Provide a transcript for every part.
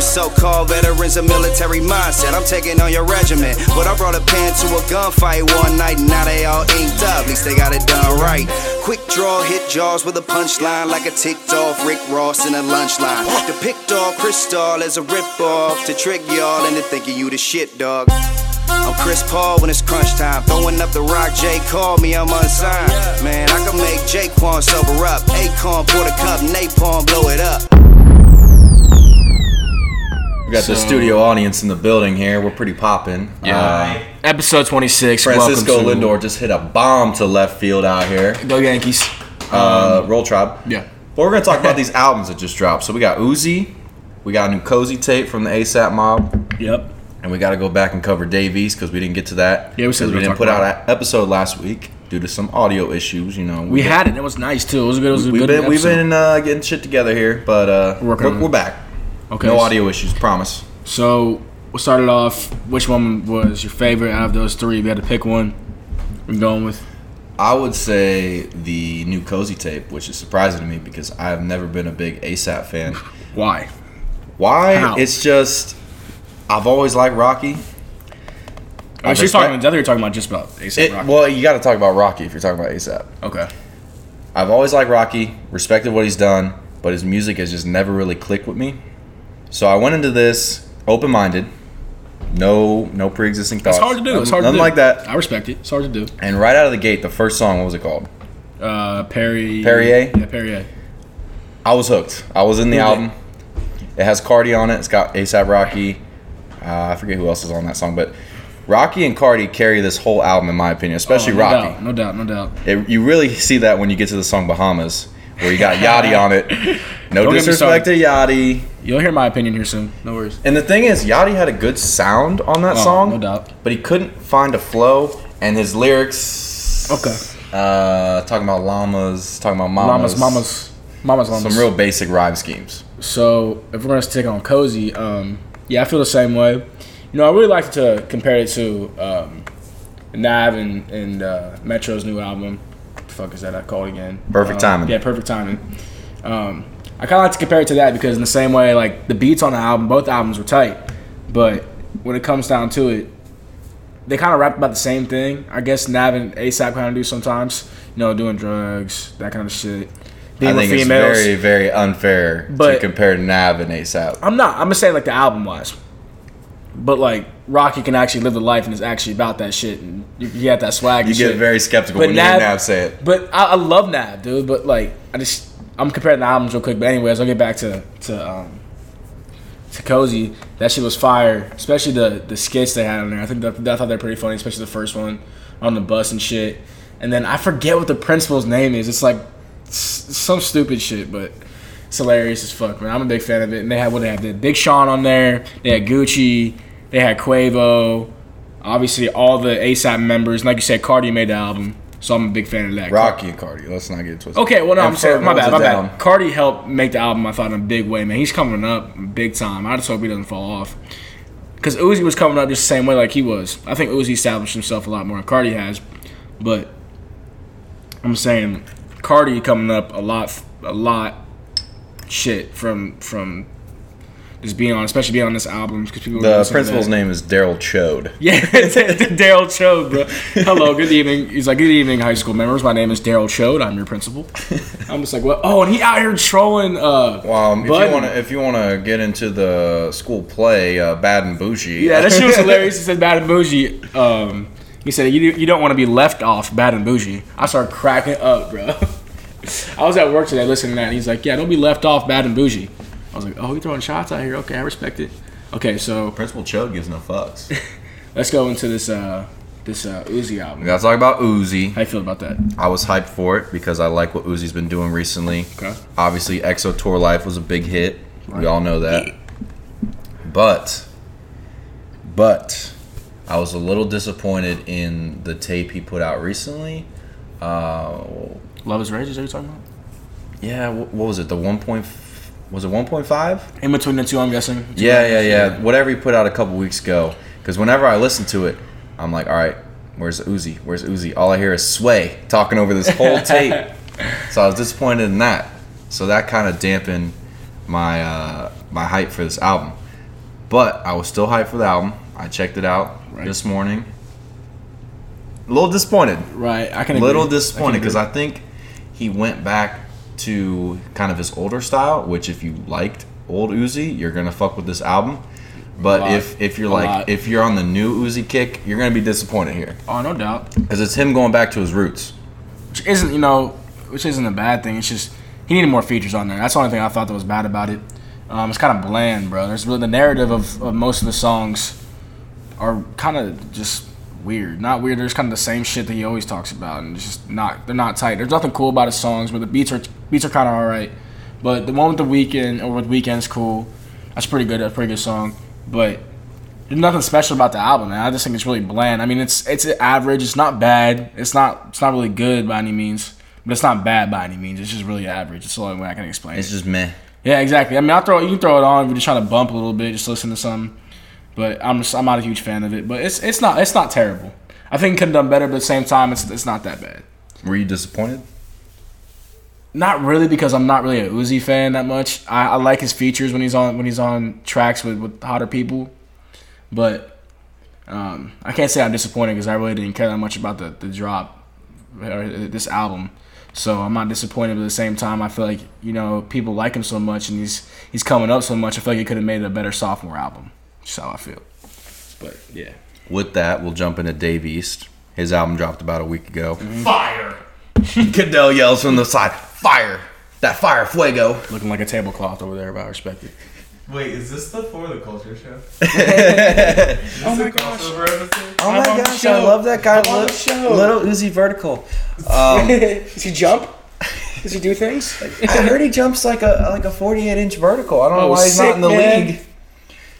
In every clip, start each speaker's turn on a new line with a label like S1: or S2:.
S1: So-called veterans a military mindset. I'm taking on your regiment, but I brought a pen to a gunfight one night, and now they all inked up. At least they got it done right. Quick draw, hit jaws with a punchline like a ticked off Rick Ross in a lunch line. Depict all crystal as a rip off to trick y'all into thinking you the shit dog. I'm Chris Paul when it's crunch time. Throwing up the rock, Jay called me, I'm unsigned. Man, I can make Jaquan sober up. Akon, pour the cup, napalm, blow it up.
S2: We got the
S3: So-
S2: studio audience in the building here. We're pretty popping.
S3: Yeah.
S2: Uh,
S3: Episode 26.
S2: Francisco
S3: welcome to-
S2: Lindor just hit a bomb to left field out here.
S3: Go Yankees.
S2: Uh, Roll Tribe.
S3: Um, Yeah.
S2: But we're gonna talk about these albums that just dropped. So we got Uzi, we got a new Cozy tape from the ASAP Mob,
S3: Yep.
S2: and we got to go back and cover Davies because we didn't get to that.
S3: Yeah, we said
S2: 'Cause
S3: we were
S2: didn't
S3: gonna
S2: put
S3: talk
S2: out
S3: about
S2: an episode last week due to some audio issues. You know,
S3: We had it. It was nice too. It was a good. It was a
S2: We've
S3: good.
S2: been we've
S3: episode.
S2: been uh, getting shit together here, but uh,
S3: Working
S2: we're,
S3: on it.
S2: we're back.
S3: Okay.
S2: No audio issues, promise.
S3: So we started off. Which one was your favorite out of those three? We had to pick one. We're going with.
S2: I would say the new Cozy tape, which is surprising to me because I've never been a big ASAP fan.
S3: Why?
S2: Why?
S3: How?
S2: It's just I've always liked Rocky.
S3: Oh, she's
S2: respect-
S3: talking about the other. You're talking about just about ASAP
S2: It-
S3: Rocky.
S2: well, you got to talk about Rocky if you're talking about ASAP.
S3: okay.
S2: I've always liked Rocky, respected what he's done, but his music has just never really clicked with me. So I went into this open-minded, no no pre-existing thoughts.
S3: It's hard to do. It's hard
S2: Nothing
S3: to do.
S2: like that.
S3: I respect it. It's hard to do.
S2: And right out of the gate, the first song, what was it called?
S3: Uh, Perry.
S2: Perrier?
S3: Yeah, Perrier.
S2: I was hooked. I was in the
S3: Who did?
S2: album. It has Cardi on it. It's got ASAP Rocky. Uh, I forget who else is on that song, but Rocky and Cardi carry this whole album, in my opinion, especially
S3: Oh, no
S2: Rocky.
S3: doubt, no doubt. No doubt.
S2: It, you really see that when you get to the song Bahamas, where you got Yachty on it. No
S3: Don't get me
S2: disrespect to Yachty.
S3: You'll hear my opinion here soon. No worries.
S2: And the thing is, Yachty had a good sound on that
S3: Oh,
S2: song,
S3: no doubt.
S2: but he couldn't find a flow, and his lyrics.
S3: Okay.
S2: Uh, talking about llamas, talking about mamas,
S3: Mamas, mamas, mamas, mamas.
S2: Some real basic rhyme schemes.
S3: So if we're gonna stick on cozy, um, yeah, I feel the same way. You know, I really like to compare it to um, Nav and, and uh, Metro's new album. What the fuck is that? I called again.
S2: Perfect
S3: Um,
S2: Timing.
S3: Yeah, perfect timing. Um, I kind of like to compare it to that because in the same way, like the beats on the album, both albums were tight, but when it comes down to it, they kind of rap about the same thing. I guess Nav and ASAP kind of do sometimes. You know, doing drugs, that kind of shit. Being
S2: I think
S3: with
S2: it's
S3: females.
S2: very, very unfair to
S3: But-
S2: compare Nav and ASAP.
S3: I'm not. I'm gonna say like the album wise, but like Rocky can actually live the life and is actually about that shit. And you, you got that swag.
S2: You
S3: and
S2: get
S3: shit.
S2: very skeptical
S3: But
S2: when you
S3: Nav-
S2: hear Nav say it.
S3: But I, I love Nav, dude. But like, I just I'm comparing the albums real quick. But anyways, I'll get back to to um to Cozy. That shit was fire, especially the the skits they had on there. I think that, I thought they're pretty funny, especially the first one on the bus and shit. And then I forget what the principal's name is. It's like s- some stupid shit, but it's hilarious as fuck, man. I'm a big fan of it. And they had what they had the Big Sean on there. They had Gucci. They had Quavo. Obviously, all the ASAP members. And like you said, Cardi made the album, so I'm a big fan of that.
S2: Rocky and Cardi. Let's not get it twisted.
S3: Okay, well, no,
S2: And
S3: I'm sorry. My
S2: Ferg
S3: bad, my
S2: holds it
S3: bad. Cardi helped make the album, I thought, in a big way, man. He's coming up big time. I just hope he doesn't fall off. Because Uzi was coming up just the same way like he was. I think Uzi established himself a lot more than Cardi has. But I'm saying Cardi coming up a lot, a lot shit from from just being on, especially being on this album. Because people were
S2: The
S3: listening to
S2: principal's
S3: that.
S2: name is Daryl Chode.
S3: Yeah, it's Daryl Chode, bro. Hello, good evening. He's like, good evening, high school members. My name is Daryl Chode. I'm your principal. I'm just like, what? Oh, and he out here trolling. Uh,
S2: Um, if
S3: Button.
S2: you want to, if you want to get into the school play, uh, Bad and Bougie.
S3: yeah, that shit was hilarious. He said bad and bougie. Um, he said you you don't want to be left off bad and bougie. I started cracking up, bro. I was at work today listening to that, and he's like, yeah, don't be left off bad and bougie. I was like, oh, you throwing shots out here? Okay, I respect it. Okay, so
S2: Principal Chode gives no fucks.
S3: let's go into this uh this uh Uzi
S2: we
S3: album.
S2: gotta talk about Uzi.
S3: How you feel about that?
S2: I was hyped for it because I like what Uzi's been doing recently.
S3: Okay.
S2: Obviously, EXO Tour Life was a big hit. We all know that. But, but, I was a little disappointed in the tape he put out recently. Uh,
S3: Love is Rage? Is that what you're talking about?
S2: yeah, wh- what was it? The one point, f- was it one point five?
S3: In between the two, I'm guessing.
S2: Yeah, yeah, yeah. Whatever he put out a couple weeks ago. Because whenever I listen to it, I'm like, all right, where's Uzi? Where's Uzi? All I hear is Sway talking over this whole tape. So I was disappointed in that. So that kind of dampened my uh, my hype for this album. But I was still hyped for the album. I checked it out
S3: Right.
S2: this morning. A little disappointed.
S3: Right. I can.
S2: A little
S3: agree. I can
S2: disappointed because
S3: agree.
S2: I think he went back to kind of his older style, which if you liked old Uzi, you're gonna fuck with this album. But
S3: lot.
S2: if if you're
S3: A
S2: like
S3: lot.
S2: if you're on the new Uzi kick, you're gonna be disappointed here
S3: Oh no doubt.
S2: because it's him going back to his roots.
S3: Which isn't you know, which isn't a bad thing. It's just he needed more features on there. That's the only thing I thought that was bad about it. Um, it's kind of bland, bro. There's really, the narrative of, of most of the songs are kind of just weird. Not weird. There's kind of the same shit that he always talks about, and it's just not. They're not tight. There's nothing cool about his songs, but the beats are beats are kind of all right. But the one with the weekend or with weekends cool. That's pretty good. That's a pretty good song. But there's nothing special about the album, man. I just think it's really bland. I mean, it's it's average. It's not bad. It's not it's not really good by any means, but it's not bad by any means. It's just really average. It's the only way I can explain.
S2: It's
S3: It.
S2: just meh.
S3: Yeah, exactly. I mean, I throw you can throw it on if you're just trying to bump a little bit, just listen to something. But I'm just, I'm not a huge fan of it. But it's it's not it's not terrible. I think it could have done better, but at the same time, it's it's not that bad.
S2: Were you disappointed?
S3: Not really because I'm not really a Uzi fan that much. I, I like his features when he's on when he's on tracks with, with hotter people, but um, I can't say I'm disappointed because I really didn't care that much about the the drop or this album. So I'm not disappointed, but at the same time, I feel like you know people like him so much and he's he's coming up so much. I feel like he could have made a better sophomore album. That's how I feel. But yeah,
S2: With that, we'll jump into Dave East. His album dropped about a week ago.
S3: Mm-hmm.
S4: Fire.
S2: Cadell yells from the side, "Fire! That fire, fuego!"
S3: looking like a tablecloth over there, but I respect it.
S4: Wait, is this the For the Culture show? is this oh
S2: my
S4: a
S2: gosh.
S4: crossover episode?
S2: Oh
S3: I'm on
S2: my
S3: the
S2: gosh, I
S3: show.
S2: love that guy.
S3: on
S2: Little,
S3: the show.
S2: little Uzi vertical. Um,
S3: Does he jump? Does he do things?
S2: I heard he jumps like a like a 48 inch vertical. I don't know
S3: Oh,
S2: why he's
S3: sick,
S2: not in the
S3: man.
S2: league.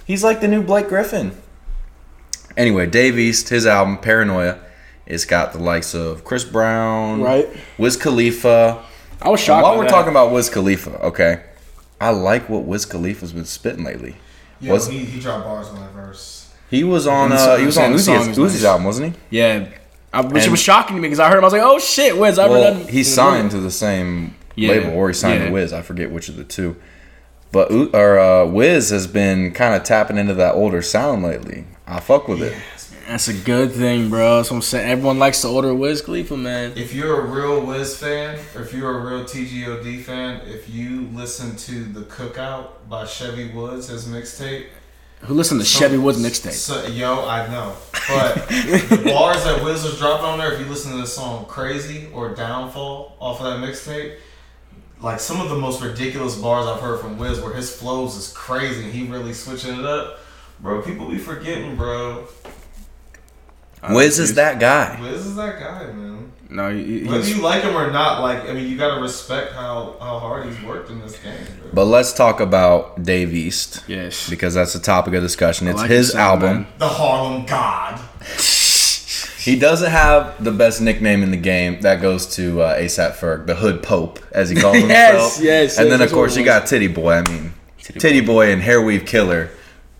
S2: He's like the new Blake Griffin. Anyway, Dave East, his album Paranoia, it's got the likes of Chris Brown,
S3: Right.
S2: Wiz Khalifa.
S3: I was shocked.
S2: While
S3: by
S2: we're
S3: that.
S2: talking about Wiz Khalifa, okay, I like what Wiz Khalifa's been spitting lately.
S4: Yo,
S2: Was-
S4: he, he dropped bars on that verse.
S2: He was on
S3: And
S2: uh,
S3: so-
S2: he was on
S3: and the song
S2: Uzi's,
S3: is
S2: Uzi's
S3: nice.
S2: album, wasn't he?
S3: Yeah, I, which
S2: And-
S3: was shocking to me because I heard him. I was like, "Oh shit, Wiz!" I've
S2: Well,
S3: done.
S2: he signed to the same
S3: Yeah,
S2: label, or he signed
S3: yeah.
S2: to Wiz. I forget which of the two. But U- or uh, Wiz has been kind of tapping into that older sound lately. I fuck with it.
S3: That's a good thing, bro. That's what I'm saying. Everyone likes to order Wiz Khalifa, man.
S4: If you're a real Wiz fan, or if you're a real TGOD fan, if you listen to The Cookout by Chevy Woods, his mixtape,
S3: Who listened to Chevy Woods mixtape?
S4: So, yo, I know. But the bars that Wiz was dropping on there, if you listen to the song Crazy or Downfall off of that mixtape, like some of the most ridiculous bars I've heard from Wiz where his flows is crazy and he really switching it up. Bro, people be forgetting, bro.
S2: Wiz is that guy.
S4: Wiz is that guy, man.
S3: No, he, he-
S4: Whether
S3: he's,
S4: you like him or not, like, I mean, you gotta respect how, how hard he's worked in this game, bro.
S2: But let's talk about Dave East
S3: yes.
S2: because that's the topic of discussion. It's
S3: like
S2: his
S3: his sound,
S2: album.
S3: man.
S4: The Harlem God.
S2: He doesn't have the best nickname in the game. That goes to uh, ASAP Ferg, the Hood Pope, as he calls
S3: Yes,
S2: himself.
S3: yes,
S2: And
S3: yes,
S2: then of
S3: that's
S2: course
S3: what it
S2: you
S3: was.
S2: got Titty Boy. I mean, Titty,
S3: Titty
S2: Boy. and Hairweave Killer.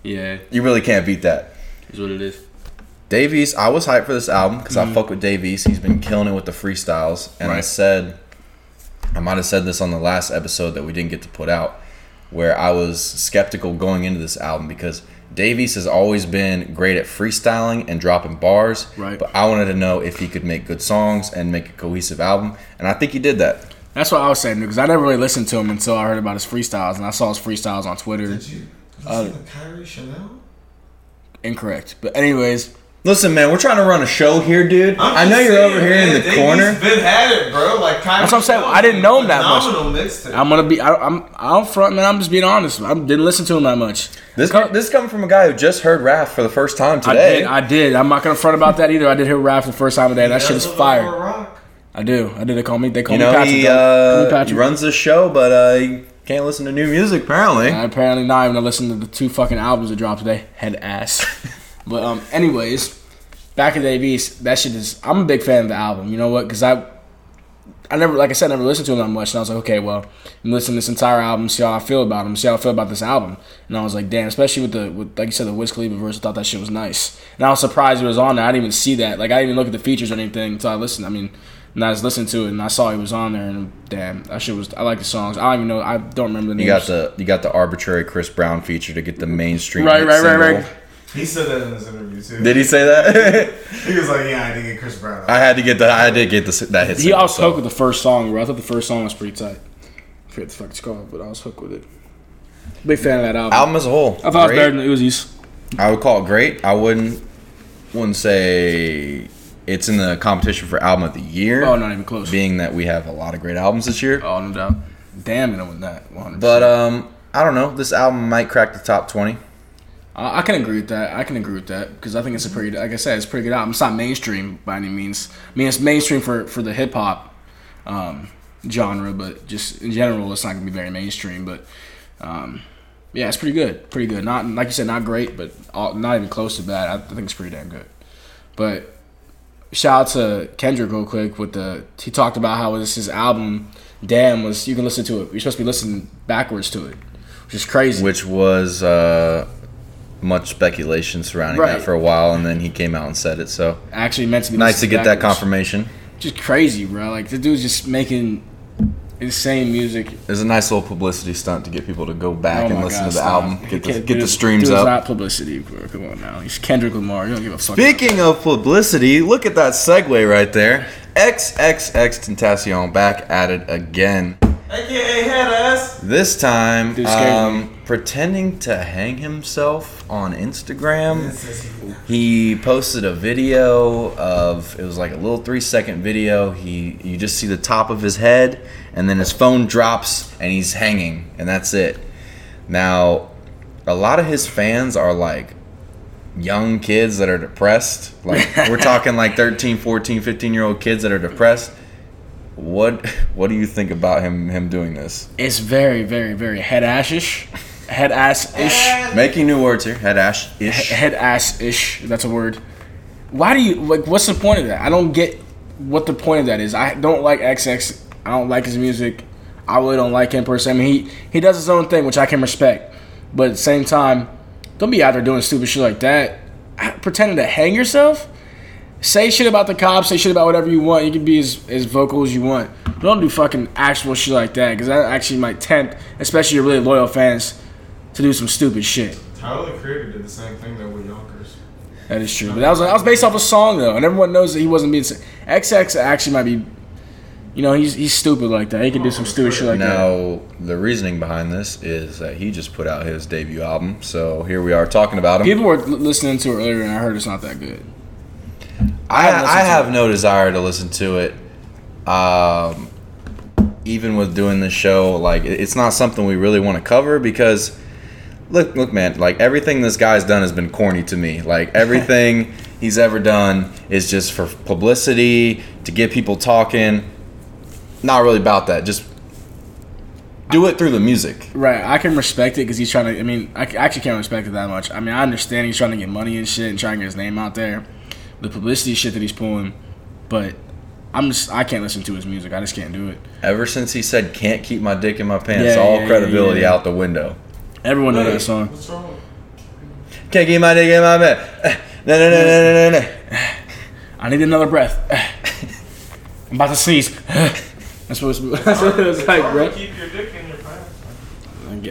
S3: Yeah,
S2: You really can't beat that.
S3: is what it is.
S2: Davies, I was hyped for this album because I fuck with Davies. He's been killing it with the freestyles, and I
S3: Mm. Right.
S2: said, I might have said this on the last episode that we didn't get to put out, where I was skeptical going into this album because Davies has always been great at freestyling and dropping bars,
S3: Right.
S2: but I wanted to know if he could make good songs and make a cohesive album, and I think he did that.
S3: That's what I was saying because I never really listened to him until I heard about his freestyles and I saw his freestyles on Twitter.
S4: Did you listen to Kyrie Chanel?
S3: Incorrect, but anyways,
S2: Listen, man, we're trying to run a show here, dude.
S4: I'm
S2: I
S4: just
S2: know you're
S4: saying,
S2: over here
S4: man,
S2: in the
S4: they-
S2: corner.
S4: He's been at it, bro. Like Kyrie
S3: That's what I'm saying.
S4: Hill
S3: I didn't know him that much.
S4: Phenomenal mixtape.
S3: I'm gonna be. I, I'm. I'm front, man. I'm just being honest. I didn't listen to him that much.
S2: This
S3: Come-
S2: this coming from a guy who just heard Raph for the first time
S3: I
S2: today.
S3: did. I did. I'm not gonna front about that either. I did hear rap for the first time today. and that shit is
S4: That's a
S3: fire.
S4: little rock.
S3: I do. I do. They call me. They call
S2: you
S3: me
S2: know
S3: Patrick.
S2: he,
S3: though. Call me
S2: uh,
S3: Patrick.
S2: he runs the show, but uh, he can't listen to new music apparently.
S3: I apparently not even listened to the two fucking albums that dropped today. Head ass. but um, anyways, back in the East, that shit is. I'm a big fan of the album. You know what? Because I, I never, like I said, never listened to him that much, and I was like, okay, well, I'm listening to this entire album, see how I feel about him, see how I feel about this album. And I was like, damn, especially with the, with, like you said, the Wiz Khalifa verse, I thought that shit was nice. And I was surprised it was on there. I didn't even see that. Like I didn't even look at the features or anything until I listened. I mean. And I was listening to it, and I saw he was on there, and damn, that shit was. I like the songs. I don't even know. I don't remember the names.
S2: You got the you got the arbitrary Chris Brown feature to get the mainstream.
S3: Right,
S2: hit
S3: right, right, right.
S2: single.
S4: He said that in his interview too.
S2: Did he say that?
S4: He was like, "Yeah, I didn't get Chris Brown."
S2: I had to get the I did get the, that hit.
S3: He
S2: single,
S3: I was
S2: so.
S3: hooked with the first song, bro. I thought the first song was pretty tight. I forget the fuck it's called, but I was hooked with it. Big fan of that album.
S2: album as a whole.
S3: I thought
S2: great.
S3: it was better than Uzi's.
S2: I would call it great. I wouldn't wouldn't say it's in the competition for album of the year.
S3: Oh, not even close.
S2: Being that we have a lot of great albums this year.
S3: oh, no doubt. Damn it, I went that 100.
S2: But um, I don't know. This album might crack the top twenty.
S3: I, I can agree with that. I can agree with that because I think it's a pretty, like I said, it's a pretty good album. It's not mainstream by any means. I mean, it's mainstream for for the hip hop um, genre, but just in general, it's not gonna be very mainstream. But um, yeah, it's pretty good. Pretty good. Not like you said, not great, but all, not even close to bad. I think it's pretty damn good. But shout out to Kendrick real quick with the he talked about how this his album Damn was you can listen to it. You're supposed to be listening backwards to it, which is crazy.
S2: which was uh, much speculation surrounding
S3: Right.
S2: that for a while, and then he came out and said it. So
S3: Actually meant to be
S2: nice to
S3: listened
S2: get that
S3: backwards.
S2: confirmation.
S3: Just crazy, bro. Like the dude's just making insane music.
S2: It's a nice little publicity stunt to get people to go back
S3: Oh
S2: and
S3: my
S2: listen
S3: God,
S2: to the
S3: stop.
S2: album,
S3: He
S2: get the
S3: can't-
S2: get the
S3: dude,
S2: streams
S3: dude's
S2: up.
S3: Not publicity, bro. Come on now. He's Kendrick Lamar. You don't give a fuck.
S2: Speaking of publicity, look at that segue right there. XXX Tentacion back at it again.
S4: AKA head ass.
S2: This time,
S3: Dude scared
S2: um, pretending to hang himself on Instagram.
S4: This is-
S2: He posted a video of it was like a little three second video. He you just see the top of his head, and then his phone drops, and he's hanging, and that's it. Now, a lot of his fans are like young kids that are depressed. Like we're talking like 13, 14, 15 year old kids that are depressed. What what do you think about him him doing this?
S3: It's very, very, very head ashish, head ass ish,
S2: Making new words here. Head ash ish.
S3: head ass ish. That's a word. Why do you like? What's the point of that? I don't get what the point of that is. I don't like XX. I don't like his music. I really don't like him personally. I mean, he he does his own thing, which I can respect. But at the same time, don't be out there doing stupid shit like that. Pretending to hang yourself. Say shit about the cops. Say shit about whatever you want. You can be as, as vocal as you want. But don't do fucking actual shit like that because that actually might tempt, especially your really loyal fans, to do some stupid shit.
S4: Tyler the Creator did the same thing though with Yonkers.
S3: That is true. But that was that was based off a song though, and everyone knows that he wasn't being. s- XX actually might be, you know, he's he's stupid like that. He can do some stupid shit like that.
S2: Now, the reasoning behind this is that he just put out his debut album, so here we are talking about him.
S3: People were l- listening to it earlier, and I heard it's not that good.
S2: I,
S3: haven't listened
S2: I
S3: to
S2: have no desire to listen to it. Um, even with doing this show, like it- it's not something we really want to cover because, look, look, man, like everything this guy's done has been corny to me. Like everything he's ever done is just for publicity to get people talking. Not really about that. Just do it through the music.
S3: Right, I can respect it because he's trying to. I mean, I c- actually can't respect it that much. I mean, I understand he's trying to get money and shit and trying to get his name out there, the publicity shit that he's pulling, but I'm just I can't listen to his music. I just can't do it.
S2: Ever since he said "can't keep my dick in my pants,"
S3: Yeah,
S2: all
S3: yeah,
S2: credibility
S3: yeah.
S2: out the window.
S3: Everyone knows that
S4: Wait,
S3: song.
S4: What's wrong?
S2: Can't keep my dick in my pants. No, no, no, no, no, no, no.
S3: I need another breath. I'm about to sneeze. that's what it's, that's what it's like, bro.
S4: Keep your dick in your pants.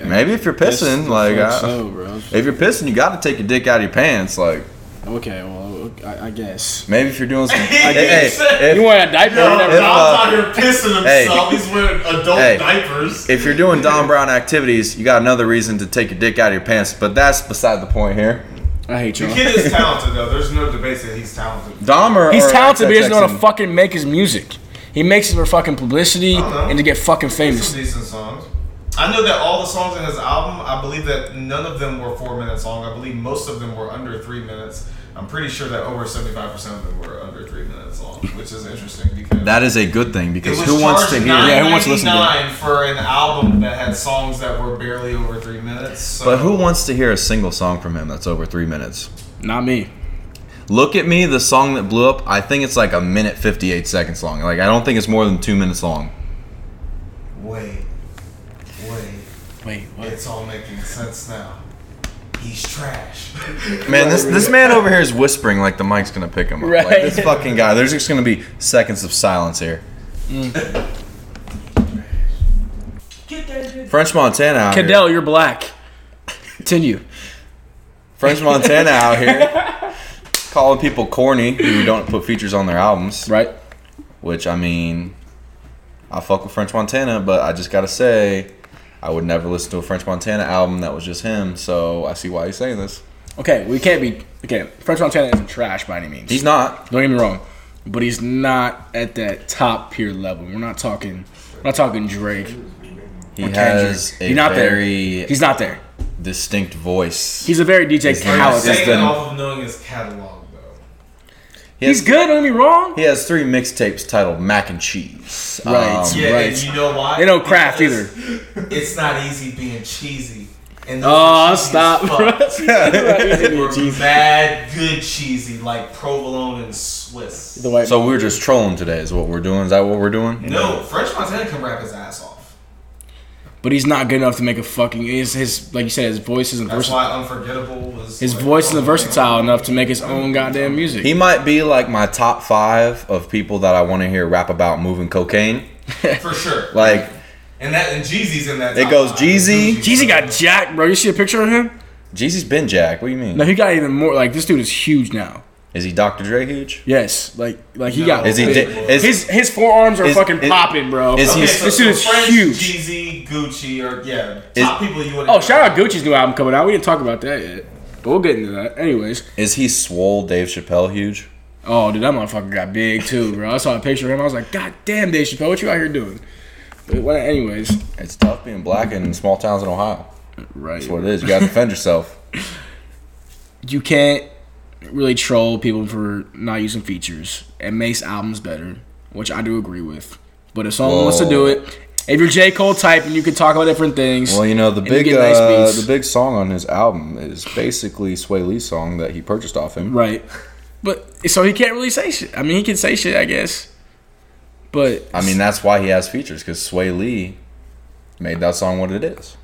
S2: Maybe if you're pissing, like, I,
S3: so, bro.
S2: if you're pissing, you got to take your dick out of your pants. Like,
S3: Okay, well, I, I guess.
S2: maybe if you're doing some, hey,
S4: guess.
S2: hey,
S3: You
S2: if,
S3: wearing a diaper?
S4: Yo,
S3: You never
S2: if,
S4: Dom's
S3: know.
S2: uh,
S4: out here pissing
S2: hey.
S4: himself. He's wearing adult
S2: Hey.
S4: diapers.
S2: if you're doing Don Brown activities, you got another reason to take your dick out of your pants. But that's beside the point here.
S3: I hate
S4: The
S3: you.
S4: kid is talented though. There's no debate that he's talented.
S2: Dom or
S3: He's
S2: or
S3: talented, but he doesn't know how to
S2: XXX?
S3: fucking make his music. He makes it for fucking publicity
S4: know.
S3: and to get fucking
S4: Some
S3: famous.
S4: decent songs. I know that all the songs in his album, I believe that none of them were four minutes long. I believe most of them were under three minutes. I'm pretty sure that over 75% of them were under three minutes long, which is interesting because
S2: That is a good thing because
S4: it was
S2: who wants to
S4: charged
S2: hear?
S3: Yeah, who wants to listen to that?
S4: $9.99 for an album that had songs that were barely over three minutes. So.
S2: But who wants to hear a single song from him that's over three minutes?
S3: Not me.
S2: Look at me, the song that blew up. I think it's like a minute fifty-eight seconds long. Like I don't think it's more than two minutes long.
S4: Wait, wait,
S3: Wait, what?
S4: it's all making sense now. he's trash.
S2: Man, this this man over here is whispering like the mic's gonna pick him up. Like
S3: Right.
S2: this fucking guy. There's just gonna be seconds of silence here.
S3: Mm.
S2: French Montana out
S3: Cadell,
S2: here.
S3: you're black. Continue.
S2: French Montana out here. Calling people corny who don't put features on their albums.
S3: Right?
S2: Which I mean I fuck with French Montana, but I just gotta say I would never listen to a French Montana album that was just him, so I see why he's saying this.
S3: Okay, we can't be. Okay, French Montana isn't trash by any means.
S2: He's not.
S3: Don't get me wrong, but he's not at that top tier level. We're not talking. We're not talking Drake.
S2: He
S3: or
S2: has
S3: Kendrick.
S2: a
S3: He's not
S2: very
S3: there. He's not there.
S2: distinct voice.
S3: He's a very DJ
S2: not
S4: I'm
S3: Khaled.
S2: saying-
S3: He's,
S4: saying
S2: the-
S4: it off of knowing his catalog though.
S2: He has-
S3: good. Don't get me wrong.
S2: He has three mixtapes titled Mac and Cheese. Um,
S3: Right.
S4: Yeah,
S3: Right.
S4: and you know why?
S3: They don't craft either.
S4: It's not easy being cheesy. And those are
S3: Oh,
S4: cheesy
S3: stop.
S4: as
S3: bro.
S4: fuck. They were mad good cheesy, like provolone and Swiss.
S3: the white.
S2: so we're just trolling today, is what we're doing. Is that what we're doing?
S4: no, French Montana can rap his ass off.
S3: but he's not good enough to make a fucking. His, his like you said, his voice isn't
S4: That's
S3: versatile.
S4: why Unforgettable was.
S3: His
S4: like,
S3: voice isn't
S4: oh,
S3: versatile enough to make his own goddamn music.
S2: He might be like my top five of people that I want to hear rap about moving cocaine.
S4: For sure.
S2: Like
S4: and that and Jeezy's in that.
S2: It
S4: top
S2: goes
S4: five.
S2: Jeezy.
S3: Jeezy got jacked, bro. You see a picture of him?
S2: Jeezy's been Jack. What do you mean?
S3: No, he got even more. Like this dude is huge now.
S2: Is he Dr. Dre huge?
S3: Yes, like like he got.
S2: Is he?
S4: Big
S2: Di-
S4: boy.
S2: is,
S3: his his forearms are
S2: is-
S3: fucking
S2: is-
S3: popping, bro.
S2: is he-
S4: Okay,
S2: He's-
S4: so,
S3: this dude is
S4: so French,
S3: huge.
S4: Jeezy, Gucci, or yeah,
S2: Is-
S4: top people you want.
S3: Oh, shout out Gucci's new album coming out. We didn't talk about that yet, but we'll get into that. Anyways,
S2: is he swole Dave Chappelle huge?
S3: oh dude, that motherfucker got big too, bro. I saw a picture of him. I was like, God damn, Dave Chappelle, what you out here doing? But well, anyways,
S2: It's tough being black in small towns in Ohio.
S3: right?
S2: That's what it is. You gotta defend yourself.
S3: You can't really troll people for not using features. It makes albums better, which I do agree with. But if someone wants to do
S2: Whoa.
S3: it, if you're J Cole type and you can talk about different things,
S2: Well, you know the
S3: and you
S2: big
S3: get nice
S2: uh,
S3: beats.
S2: the big song on his album is basically Sway Lee's song that he purchased off him.
S3: Right. But so he can't really say shit. I mean, he can say shit, I guess. But
S2: I mean, that's why he has features because Sway Lee made that song what it is.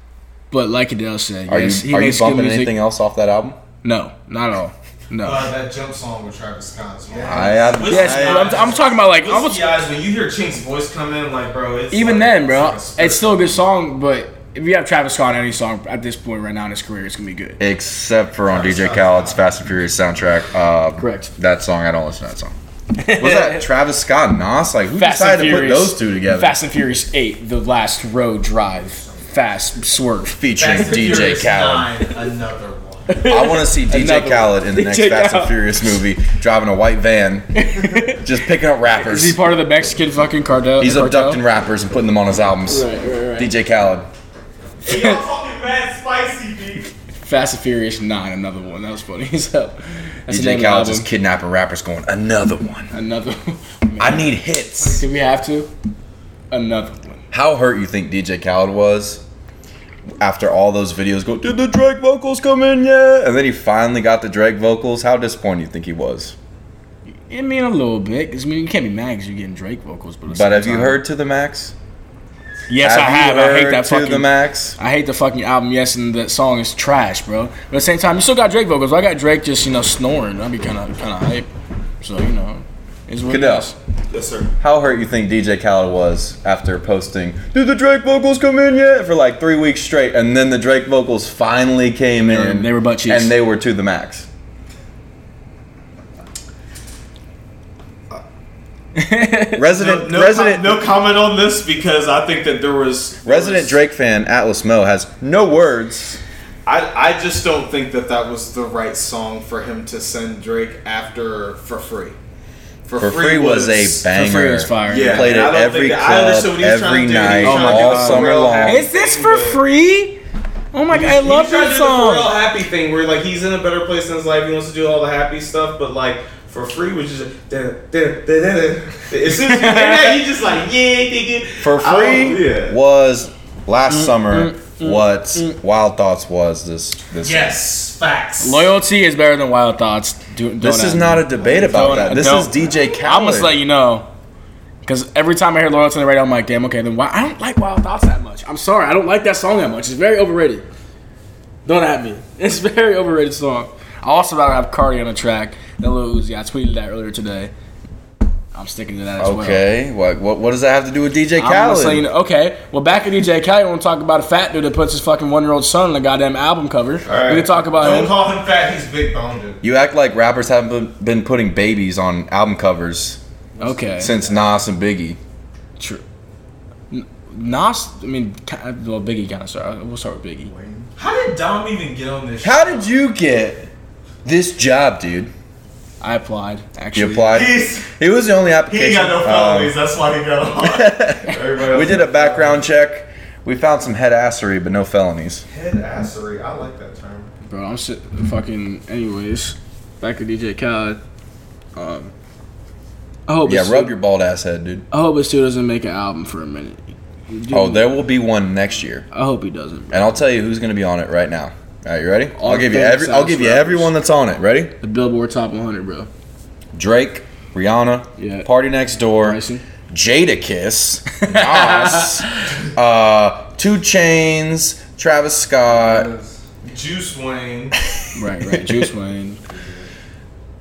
S3: but like Adele said,
S2: Are
S3: yes, he
S2: you are you
S3: makes good
S2: bumping
S3: music.
S2: anything else off that album?
S3: No, not at all. No.
S4: Uh, that jump song with Travis Scott. As well.
S2: I have-
S4: Whiskey
S3: yes,
S2: I-
S3: but I'm, I'm talking about like I was,
S4: Whiskey eyes. When you hear Chink's voice come in, like bro, it's
S3: even
S4: like-
S3: then, bro.
S4: like a spirit.
S3: it's still a good song, but if you have Travis Scott on any song at this point right now in his career, it's gonna be good.
S2: Except for on DJ Khaled's Fast and Furious soundtrack. Uh,
S3: Correct.
S2: That song, I don't listen to that song. Was that Travis Scott and Nas? Like, who
S3: Fast and
S2: decided to put
S3: Furious.
S2: those two together?
S3: Fast and Furious Eight, the last road drive, fast swerve.
S2: Featuring
S4: Fast and
S2: DJ
S4: Furious
S2: Khaled.
S4: Nine, another one.
S2: I want to see DJ
S3: Another
S2: Khaled in the next
S3: DJ
S2: Fast and
S3: Khaled.
S2: Furious movie driving a white van, just picking up
S3: Is he
S2: rappers.
S3: part of the Mexican fucking cartel?
S2: He's
S3: cartel?
S2: abducting rappers and putting them on his albums.
S3: Right, right, right.
S2: DJ Khaled.
S4: Hey, Y'all talking mad spicy, B.
S3: Fast and Furious Nine, another one. That was funny as hell. That's the
S2: DJ
S3: name of the
S2: Khaled
S3: album.
S2: just kidnapping rappers going, another one.
S3: Another.
S2: I need hits.
S3: Do we have to? Another one.
S2: How hurt you think DJ Khaled was after all those videos go, did the Drake vocals come in yet? And then he finally got the Drake vocals. How disappointed you think he was?
S3: I mean, a little bit. 'cause, I mean, you can't be mad because you're getting Drake vocals. But, at the
S2: But
S3: same
S2: have you
S3: time-
S2: heard to the max?
S3: Yes, I
S2: you
S3: have. I hate
S2: heard
S3: that
S2: to the
S3: fucking.
S2: max.
S3: I hate the fucking album. Yes, and that song is trash, bro. But at the same time, you still got Drake vocals. I got Drake just you know snoring. I'd be kind of kind of hype. So you know, it's what it
S2: Cadell.
S3: is.
S4: Yes, sir.
S2: How hurt you think DJ Khaled was after posting, did the Drake vocals come in yet? For like three weeks straight, and then the Drake vocals finally came
S3: were-
S2: in.
S3: they were butt cheeks.
S2: and they were to the max. resident,
S4: No,
S2: resident,
S4: com- no comment on this because I think that there was there
S2: Resident
S4: was-
S2: Drake fan Atlas Mo has no words.
S4: I, I just don't think that that was the right song for him to send Drake after for free.
S2: For free was a banger.
S3: free was fire.
S2: He
S4: Yeah,
S2: played
S4: and I
S2: at
S4: don't
S2: every
S4: think that- I
S2: club,
S4: understood what he was
S2: every
S4: trying to do. He was
S2: night,
S4: trying to do
S2: all
S4: the
S2: summer
S4: real
S2: long.
S4: happy
S3: Is this for
S4: thing, but-
S3: free? Oh my god, I
S4: He
S3: love
S4: tried to
S3: this
S4: do the Pharrell
S3: song.
S4: happy thing where like he's in a better place in his life. He wants to do all the happy stuff, but like for free, which is da- da- da- da- da. as soon as you hear that, you just like yeah, nigga.
S2: For
S4: I don't-
S2: free
S4: yeah.
S2: was last summer what Wild Thoughts was this this
S4: Yes, facts.
S3: Loyalty is better than Wild Thoughts. Do, don't
S2: This is
S3: ask me.
S2: not a debate about
S3: Don't-
S2: that. This
S3: don't-
S2: is DJ Khaled.
S3: I'm just let you know. Because every time I hear Loyalty on the radio, I'm like, damn, okay, then why? I don't like Wild Thoughts that much. I'm sorry, I don't like that song that much. It's very overrated. Don't at me. It's a very overrated song. I also don't have Cardi on the track. That Lil Uzi. I tweeted that earlier today. I'm sticking to that as well.
S2: Okay, what, what what does that have to do with DJ
S3: I'm just
S2: Khaled?
S3: saying, okay. Well, back at DJ Khaled, we want to talk about a fat dude that puts his fucking one year old son on a goddamn album cover. We can talk about
S4: Don't
S3: him.
S4: call him fat. He's big boned. dude.
S2: you act like rappers haven't been- been putting babies on album covers
S3: okay.
S2: since Nas and Biggie.
S3: True. N- Nas, I mean, Ka- well, Biggie kind of started. We'll start with Biggie.
S4: How did Dom even get on this?
S2: How did you get this job, dude?
S3: I applied, actually.
S2: You applied.
S4: shit? He's
S2: It was the only
S4: he
S2: application.
S4: ain't got no
S2: um,
S4: felonies. that's why he got on. Everybody else
S2: we did a background check. We found some head assery, but no felonies.
S4: head assery. I like that term.
S3: Bro, I'm shit. Fucking. Anyways, back to DJ Khaled. Um, I hope.
S2: Yeah,
S3: this
S2: rub
S3: dude-
S2: your bald ass head, dude.
S3: I hope this dude doesn't make an album for a minute. Dude,
S2: Oh, there will be one next year,
S3: I hope he doesn't.
S2: and I'll tell you who's gonna be on it right now. All right, you ready?
S3: All
S2: I'll give you
S3: famous
S2: every. I'll give you
S3: rappers.
S2: everyone that's on it. Ready?
S3: The Billboard Top 100, bro.
S2: Drake, Rihanna,
S3: Yeah.
S2: Party Next Door,
S3: Bryson.
S2: Jadakiss, Nas, uh, Two Chains, Travis Scott,
S4: Juice Wayne.
S3: Right, right. Juice Wayne.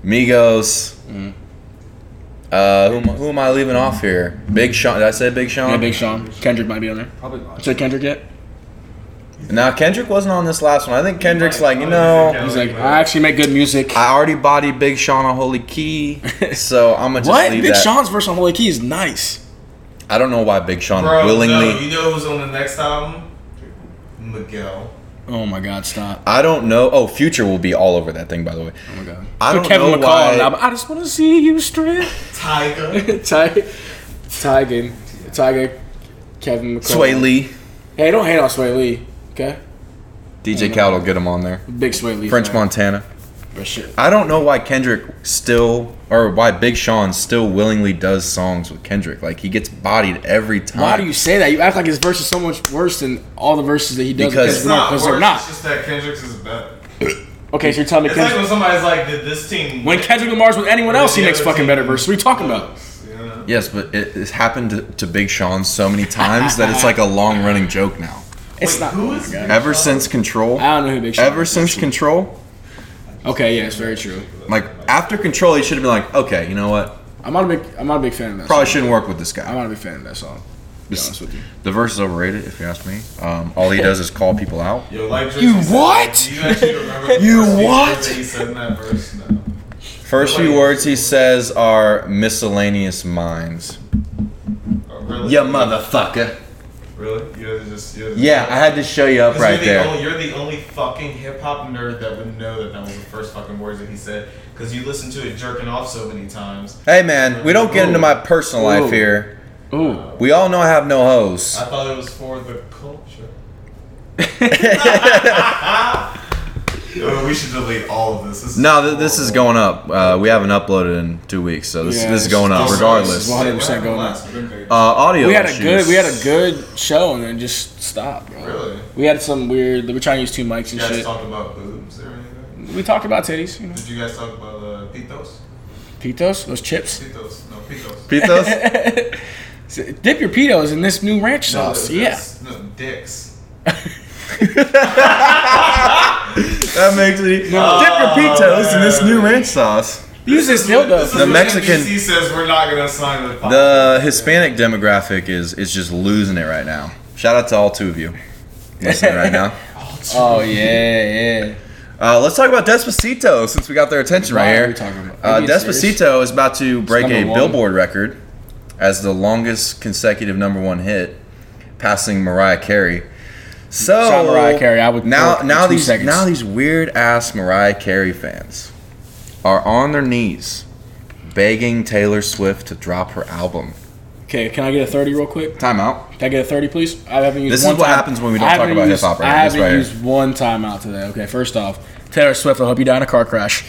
S2: Migos.
S3: Mm.
S2: Uh, who, am- who am I leaving off here? Big Sean. Did I say Big Sean?
S3: Yeah, Big Sean. Kendrick might be on there.
S4: Probably not.
S3: Said Kendrick yet?
S2: Now Kendrick wasn't on this last one. I think Kendrick's like, you know,
S3: He's like, I actually make good music.
S2: I already bodied Big Sean on Holy Key, so I'm gonna just
S3: what?
S2: leave
S3: Big
S2: that.
S3: Sean's verse on Holy Key is nice.
S2: I don't know why Big Sean
S4: Bro,
S2: willingly.
S4: No, you know who's on the next album? Miguel.
S3: Oh my God, stop.
S2: I don't know. Oh, Future will be all over that thing, by the way.
S3: Oh my God.
S2: I
S3: Put
S2: don't
S3: Kevin
S2: know
S3: McCall
S2: why-
S3: on the album. I just want to see you strip.
S4: Tiger.
S3: Tiger. Tiger. Tiger. Kevin McCall.
S2: Sway Lee,
S3: Hey, don't hate on Sway Lee, okay?
S2: DJ Khaled will get him on there.
S3: Big Sway Lee.
S2: French
S3: fan.
S2: Montana.
S3: For sure.
S2: I don't know why Kendrick still, or why Big Sean still willingly does songs with Kendrick. Like he gets bodied every time.
S3: Why do you say that? You act like his verse is so much worse than all the verses that he does.
S2: Because-
S4: It's
S2: No,
S4: not
S3: because
S4: worse.
S3: they're
S4: It's
S3: not.
S4: just that Kendrick's is better.
S3: Okay, so you're telling me
S4: It's like
S3: Kendrick,
S4: when somebody's like, did this team
S3: when
S4: win?
S3: Kendrick Lamar's with anyone else, he
S4: The
S3: makes
S4: other
S3: fucking
S4: team
S3: better verses. What are you talking about?
S4: lose, you know?
S2: Yes, but it, it's happened to, to Big Sean so many times that it's like a long running joke now.
S3: It's
S4: Wait,
S3: not.
S4: who is Big
S2: Ever
S4: Sean?
S2: since Control,
S3: I don't know who Big Sean
S2: ever
S3: is.
S2: since Control,
S3: Okay, yeah, it's very true.
S2: like after Control, he should have been like, okay, you know what?
S3: I'm not a big. I'm not a big fan of that.
S2: Probably
S3: song.
S2: shouldn't work with this
S3: I'm
S2: guy.
S3: not a big fan of that song. to Be honest with you.
S2: The verse is overrated, if you ask me. Um, all he does is call people out.
S4: Yo, like
S3: You
S4: Drixie said,
S3: what?
S4: Do you actually remember the
S2: You
S4: first few
S2: what?
S4: words that He said in that verse. No.
S2: First few words he says are miscellaneous minds.
S4: Oh, really?
S2: Ya motherfucker.
S4: Really? You guys are just you guys are-
S2: Yeah, I had to show you up
S4: 'Cause
S2: right
S4: you're the
S2: there.
S4: Only, you're the only fucking hip hop nerd that would know that that was the first fucking words that he said because you listened to it jerking off so many times.
S2: Hey man, we don't get into my personal
S3: Ooh.
S2: life here.
S3: Ooh.
S2: We all know I have no hoes.
S4: I thought it was for the culture. Yo, we should delete all of this. this
S2: No, th- this is going up. Uh, we haven't uploaded in two weeks, so this,
S3: Yeah,
S2: this is
S3: it's-
S2: going up
S3: this is-
S2: regardless.
S3: this
S2: Uh,
S3: is 100% going up.
S2: audio.
S3: We had a
S2: issues.
S3: good. We had a good show and then just stopped, bro.
S4: Really?
S3: We had some weird. We were trying to use two mics and
S4: You guys
S3: shit.
S4: talk about boobs or anything?
S3: We talked about titties, you know.
S4: Did you guys talk about uh, pitos?
S3: Pitos, those chips.
S4: Pitos? No, pitos.
S2: Pitos?
S3: Dip your pitos in this new ranch sauce. Yeah.
S4: that's- No, dicks.
S2: that makes me dip your pitos in this new ranch sauce.
S3: Use this dildo.
S4: is
S2: The
S4: what
S2: Mexican-
S4: NBC says we're not gonna sign the.
S2: The Hispanic demographic is is just losing it right now. Shout out to all two of you listening right now.
S3: Oh yeah, yeah.
S2: Uh, let's talk about Despacito since we got their attention right
S3: Why are
S2: here.
S3: we talking about-
S2: Uh,
S3: Are you serious?
S2: Despacito is about to break
S3: number
S2: a
S3: one.
S2: Billboard record as the longest consecutive number one hit, passing Mariah Carey. So
S3: Shout out Mariah Carey, I would
S2: now
S3: work in
S2: now
S3: two
S2: these
S3: seconds.
S2: now these weird ass Mariah Carey fans are on their knees begging Taylor Swift to drop her album.
S3: Okay, can I get a thirty real quick?
S2: Time out.
S3: Can I get a thirty, please? I haven't used.
S2: This is
S3: one
S2: what
S3: time-
S2: happens when we don't
S3: I
S2: talk
S3: haven't
S2: about
S3: used-
S2: hip-hop right
S3: I
S2: here. This
S3: haven't
S2: right here.
S3: used one time out today. Okay, first off, Taylor Swift. I hope you die in a car crash.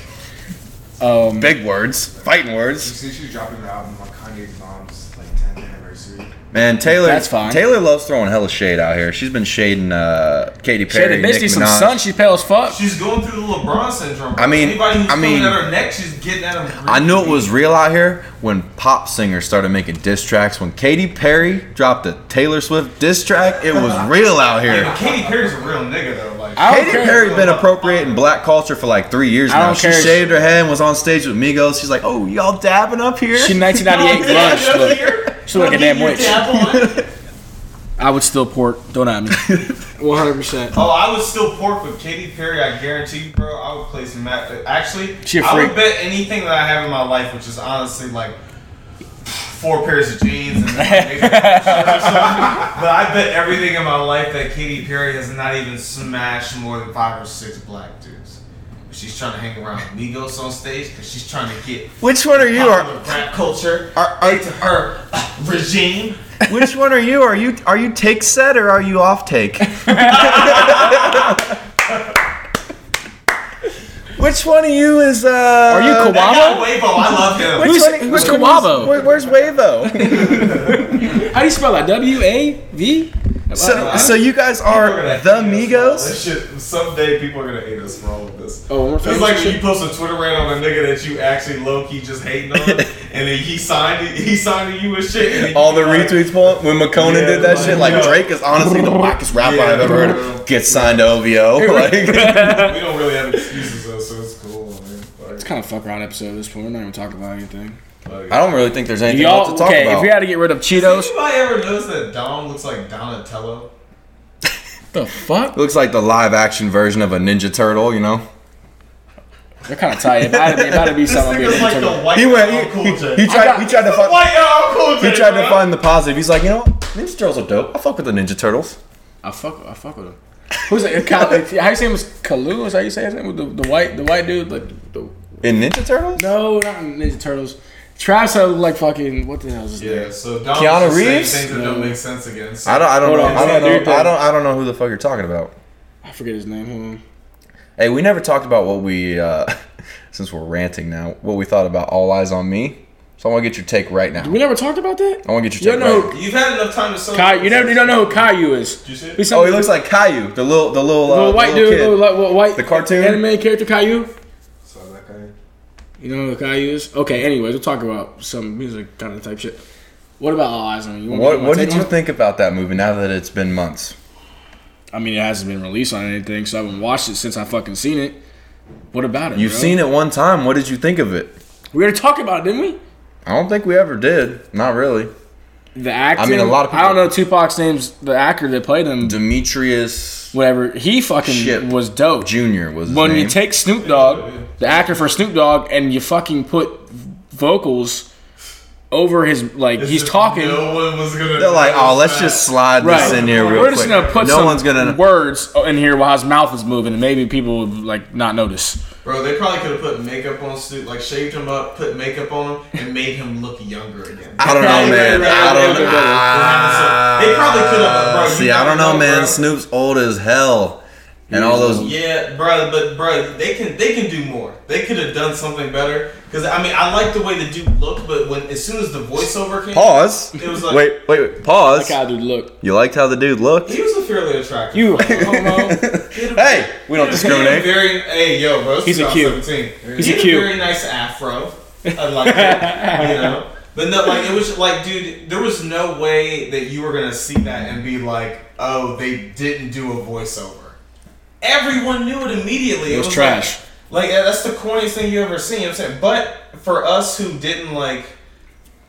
S3: Um,
S2: Big words, fighting words.
S5: Since she's dropping the album on Kanye's mom's like 10th anniversary,
S2: Man, Taylor.
S3: That's fine.
S2: Taylor loves throwing hella shade out here. She's been shading uh, Katy
S3: Shit,
S2: Perry,
S3: it bitch
S2: Nicki
S3: needs some
S2: Minaj.
S3: sun. She's pale as fuck.
S4: She's going through the LeBron syndrome.
S2: I mean-
S4: anybody who's
S2: I mean-
S4: coming at her neck, she's getting at him.
S2: I knew it was real out here when pop singers started making diss tracks. When Katy Perry dropped a Taylor Swift diss track, it was real out here.
S4: Like, Katy Perry's a real nigga though. Like,
S3: I don't
S2: Katy
S3: care.
S2: Perry been appropriating black culture for like three years
S3: I
S2: now.
S3: don't
S2: She
S3: care.
S2: shaved her head and was on stage with Migos. She's like, "Oh, y'all dabbing up here."
S3: She 1998 grunge. She look- She look like a damn witch.
S4: witch.
S3: I would still port. Don't at me. 100. percent
S4: Oh, I would still pork with Katy Perry. I guarantee you, bro. I would play some Matt. Actually,
S3: She a
S4: I would
S3: freak.
S4: bet anything that I have in my life, which is honestly like four pairs of jeans and like, maybe a shirt or something. But I bet everything in my life that Katy Perry has not even smashed more than five or six black dudes. She's trying to hang around Migos on stage because she's trying to get
S2: Which one are you? Are,
S4: popular rap culture
S2: Are- are-
S4: into her uh, regime.
S2: which one are you? Are you are you take set or are you off take? which one of you is? uh Are
S3: you Kawhi?
S4: That guy
S3: Wabo?
S4: Wabo, I love him.
S2: Which
S3: Who's-
S2: one-
S3: who's
S2: which one
S3: Kawabo?
S2: is- where- where's Wavo?
S3: How do you spell that? W A V.
S2: so, so you guys
S4: People
S2: are
S4: gonna
S2: the
S4: hate us for all
S2: Migos.
S4: This shit, someday people are gonna hate us for all of this.
S3: Oh, we're
S4: it's
S3: famous
S4: like
S3: and
S4: when
S3: shit?
S4: you post a Twitter rant on a nigga that you actually low key just hating on, and then he signed it, he signed you and shit. and then
S2: All
S4: you
S2: the
S4: like-
S2: retweets point when McConan
S4: Yeah,
S2: did that
S4: like,
S2: shit. Like
S4: yeah.
S2: Drake is honestly the wackest rapper
S4: Yeah.
S2: I've ever heard. of. Get signed to OVO. Like,
S4: We don't really have excuses though, so it's cool. Man. Like,
S3: Kind of fuck around episode at this point. We're not even talking about anything.
S4: like-
S2: I don't really think there's anything else to
S3: Y'all,
S2: talk
S3: okay,
S2: about.
S3: if we had to get rid of Cheetos,
S4: Anybody ever notice that Dom looks like Donatello?
S3: the fuck?
S2: Looks like the live action version of a Ninja Turtle. You know.
S3: They're kind of tight. If I had to, if I had to be
S4: This
S3: something, I'd be a
S4: nigga's like the
S3: Ninja
S4: white
S2: He went.
S4: LL
S2: He,
S4: Cool
S2: he,
S4: J.
S2: he tried. He tried to find.
S4: White LL Cool J.
S2: He tried to
S4: bro.
S2: find the positive. He's like, you know what? Ninja Turtles are dope. I fuck with the Ninja Turtles.
S3: I fuck. I fuck with him. Who's that? Kal- how you say him? Was Kalu? Is how you say his name? The, the white, the white dude. Like the,
S2: In Ninja Turtles?
S3: no, not Ninja Turtles. Travis had like fucking what the hell is his name?
S4: Yeah, so Dom
S2: Keanu
S4: just saying
S2: Reeves?
S4: things that don't make sense again. So
S2: I don't. I don't
S3: Hold
S2: know.
S3: on,
S2: I
S3: Ninja
S2: don't know.
S3: Turtles.
S2: I don't. I don't know who the fuck you're talking about.
S3: I forget his name. Hold on.
S2: Hey, we never talked about what we, uh, since we're ranting now, what we thought about All Eyes on Me. So I want to get your take right now.
S3: We never talked about that.
S2: I want to get
S3: You
S2: your take.
S3: don't know
S2: Oh, right
S3: who
S4: You've had enough time to. sell
S3: Kai. You never. You don't know who Caillou is.
S4: you see it?
S3: He's
S2: now. Oh, he
S3: some-
S2: looks like Caillou, the little, the little, uh,
S3: little white dude,
S2: kid.
S3: little, like, what, white
S2: The cartoon?
S3: anime character Caillou.
S4: So that guy.
S3: You know who Caillou is? Okay. Anyways, we'll talk about some music kind of type shit. What about All Eyes on You? You want me to
S2: What,
S3: go
S2: what
S3: take
S2: did you
S3: one?
S2: think about that movie? Now that it's been months,
S3: I mean, it hasn't been released on anything, so I haven't watched it since I fucking seen it. What about it?
S2: you've
S3: bro?
S2: seen it one time. What did you think of it?
S3: We already talked about it, didn't we?
S2: I don't think we ever did. Not really.
S3: The acting.
S2: I mean, a lot of
S3: I don't
S2: people-
S3: know Tupac's name's the actor that played him.
S2: Demetrius
S3: Whatever. He fucking
S2: Shit.
S3: was dope.
S2: Junior was his
S3: when
S2: name.
S3: you take Snoop Dogg, the actor for Snoop Dogg, and you fucking put vocals over his like he's
S4: Just
S3: talking.
S4: No one was gonna.
S2: They're like, oh,
S4: notice
S2: let's
S4: that."
S2: just slide
S3: Right.
S2: this in here real
S3: We're
S2: quick.
S3: just gonna put
S2: no
S3: some
S2: one's gonna.
S3: words in here while his mouth is moving, and maybe people would like not notice.
S4: Bro, they probably could have put makeup on Snoop, like shaved him up, put makeup on him, and made him look younger again.
S2: I don't know,
S3: Right,
S2: man.
S3: right,
S2: I
S3: right,
S2: don't.
S3: right, right,
S2: Ah.
S4: right. They probably could've, bro, you
S2: See, I
S4: never
S2: don't know,
S4: know,
S2: man.
S4: bro.
S2: Snoop's old as hell, and all those.
S4: Yeah, bro, but bro, they can they can do more. They could have done something better. Cause I mean, I like the way the dude looked, but when as soon as the voiceover came,
S2: Pause.
S4: It was like-
S2: wait, wait, wait. Pause.
S3: Like how dude look.
S2: You liked how the dude looked?
S4: he was a fairly attractive.
S3: You homo.
S2: Hey, we don't discriminate.
S4: He had a very, hey, yo, bro.
S3: He's a Q.
S4: 2017.
S3: He's
S4: he
S3: a
S4: had
S3: Q.
S4: very nice afro. I like it, you know. But no, like it was like, dude, there was no way that you were gonna see that and be like, oh, they didn't do a voiceover. Everyone knew it immediately.
S3: It was
S4: like-
S3: trash.
S4: Like, yeah, that's the corniest thing you ever seen. You know what I'm saying, but for us who didn't like,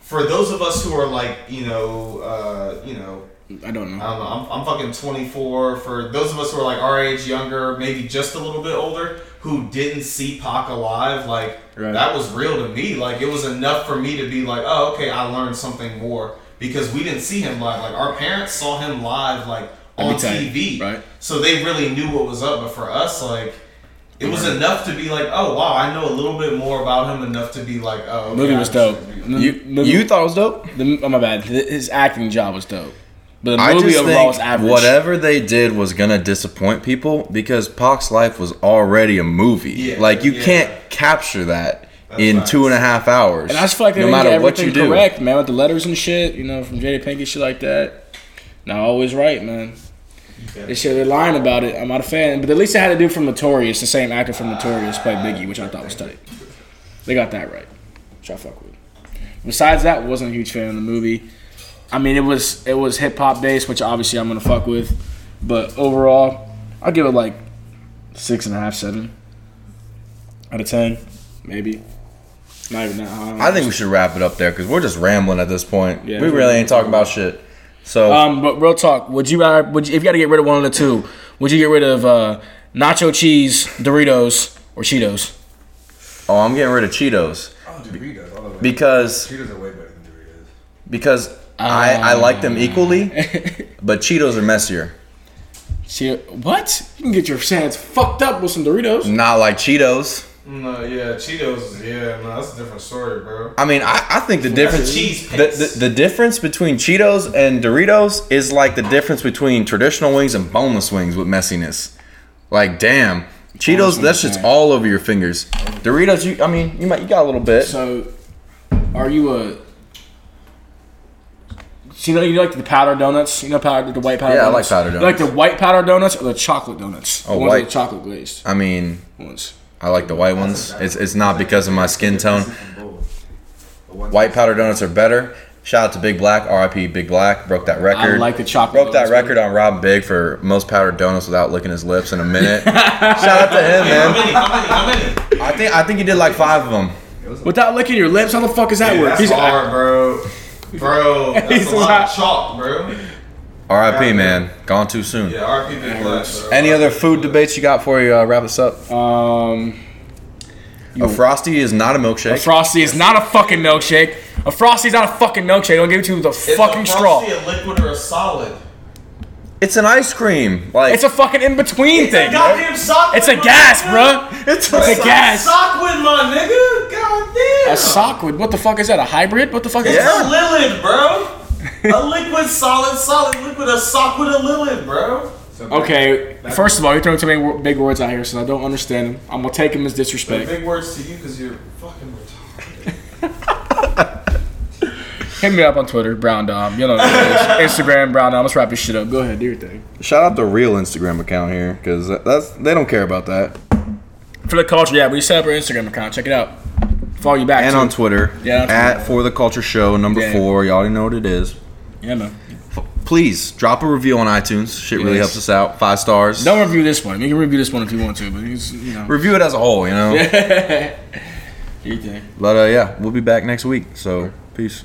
S4: for those of us who are like, you know, uh, you know,
S3: I don't know.
S4: I don't know. I'm, I'm fucking 24. For those of us who are like our age, younger, maybe just a little bit older, who didn't see Pac alive, like
S3: Right.
S4: that was real to me. Like it was enough for me to be like, oh, okay, I learned something more because we didn't see him live. Like our parents saw him live, like
S3: That'd be
S4: on
S3: tight,
S4: TV,
S3: right.
S4: So they really knew what was up. But for us, like. It was enough to be like, oh wow, I know a little bit more about him enough to be like, oh. Okay,
S3: Movie
S4: I
S3: was dope.
S4: understand.
S3: M-
S2: You,
S3: movie-
S2: you thought it was dope?
S3: the, oh my bad. Th- His acting job was dope, but the
S2: I
S3: movie
S2: just
S3: overall was
S2: think
S3: average.
S2: whatever they did was gonna disappoint people because Pac's life was already a movie.
S4: Yeah,
S2: like you
S4: yeah.
S2: can't capture that
S4: That's
S2: in
S4: facts.
S2: two and a half hours.
S3: And I just feel like they
S2: no
S3: didn't get
S2: matter what
S3: everything
S2: you do,
S3: correct, man, with the letters and shit, you know, from Jada Pinkett, shit like that. Not always right, man.
S4: Yeah.
S3: They said they're lying about it. I'm not a fan, but at least they had to do from Notorious, the same actor from Notorious played Biggie, which I thought was tight. They got that right, which I fuck with. Besides that, wasn't a huge fan of the movie. I mean, it was it was hip hop based, which obviously I'm gonna fuck with, but overall, I'll give it like six and a half, seven out of ten, maybe. Not even that high.
S2: I think we should wrap it up there because we're just rambling at this point.
S3: Yeah.
S2: we really ain't talking about shit. So
S3: Um, but real talk, would you rather? Would you, if you got to get rid of one of the two, would you get rid of uh, nacho cheese, Doritos, or Cheetos?
S2: Oh, I'm getting rid of Cheetos
S5: Oh, Doritos all the way.
S2: because
S5: Cheetos are way better than Doritos.
S2: because I, I like
S3: Ah.
S2: them equally, but Cheetos are messier.
S3: See what? You can get your hands fucked up with some Doritos.
S2: Not like Cheetos.
S4: No, Mm, uh, yeah, Cheetos. Yeah, no, that's a different story, bro.
S2: I mean, I, I think the difference
S4: cheese
S2: the,
S4: paste.
S2: the, the difference between Cheetos and Doritos is like the difference between traditional wings and boneless wings with messiness. Like, damn, Cheetos, that
S3: wings,
S2: shit's
S3: man.
S2: all over your fingers. Doritos, you I mean, you might you got a little bit.
S3: So, are you a? So you know you like the powder donuts. You know powder the white powder.
S2: Yeah, I
S3: donuts?
S2: like powder
S3: You like the
S2: donuts.
S3: white powder donuts or the chocolate donuts?
S2: Oh,
S3: the ones with
S2: white.
S3: the chocolate glazed
S2: I mean,
S3: ones.
S2: I like the white ones. It's it's not because of my skin tone. White powder donuts are better. Shout out to Big Black, RIP Big Black, broke that record.
S3: I like the chocolate.
S2: Broke that
S3: donuts, man.
S2: record on Rob Big for most powdered donuts without licking his lips in a minute. Shout out to him,
S4: How
S2: man.
S4: many? How many? How many?
S2: I think I think he did like five of them.
S3: Without licking your lips, how the fuck is that
S4: Dude,
S3: work?
S4: that's
S3: He's-
S4: hard, bro. Bro, that's
S3: He's
S4: a lot
S3: hot.
S4: of chalk, bro.
S2: R.I.P. Man, gone too soon.
S4: Yeah, RP Big Black, bro.
S2: Any other food debates you got before you uh, wrap us up?
S3: um,
S2: A frosty is not a
S3: a
S2: milkshake.
S3: frosty is not a fucking milkshake. A frosty is not a fucking milkshake. Don't give it to me with a
S4: Is
S3: fucking
S4: a
S3: straw.
S4: frosty a liquid or a solid?
S2: it's an ice cream. Like
S3: It's a fucking in between thing.
S4: Goddamn sock.
S3: It's a
S4: win,
S3: gas,
S4: my
S3: bro.
S4: nigga.
S3: It's a gas.
S4: Sock with my nigga. Goddamn.
S3: A sockwood. What the fuck is that? A hybrid? What the fuck is
S2: Yeah.
S4: A Lilith, bro. a liquid, solid, solid liquid. A sock with a Lilith, bro.
S3: that? Okay, first of all, you're throwing too many wo- big words out here, so I don't understand them. I'm gonna take them as
S4: But
S3: disrespect.
S4: big words to you because you're fucking retarded.
S3: Hit me up on Twitter, Brown Dom. You know what it is. Instagram, Brown Dom. Let's wrap this shit up. Go ahead, do your thing.
S2: shout out the real Instagram account here because that's they don't care about that.
S3: For the culture, yeah, we set up our Instagram account. Check it out. Follow you back.
S2: And
S3: too.
S2: on Twitter,
S3: Yeah, on Twitter.
S2: at for the culture show number
S3: Yeah.
S2: four. Y'all already know what it is.
S3: Yeah, man.
S2: Please drop a review on iTunes. Shit really
S3: Yes.
S2: helps us out. Five stars.
S3: Don't review this one. You can review this one if you want to, but it's, you know.
S2: Review it as a whole, you know.
S3: do your thing.
S2: But uh, yeah, we'll be back next week. So peace.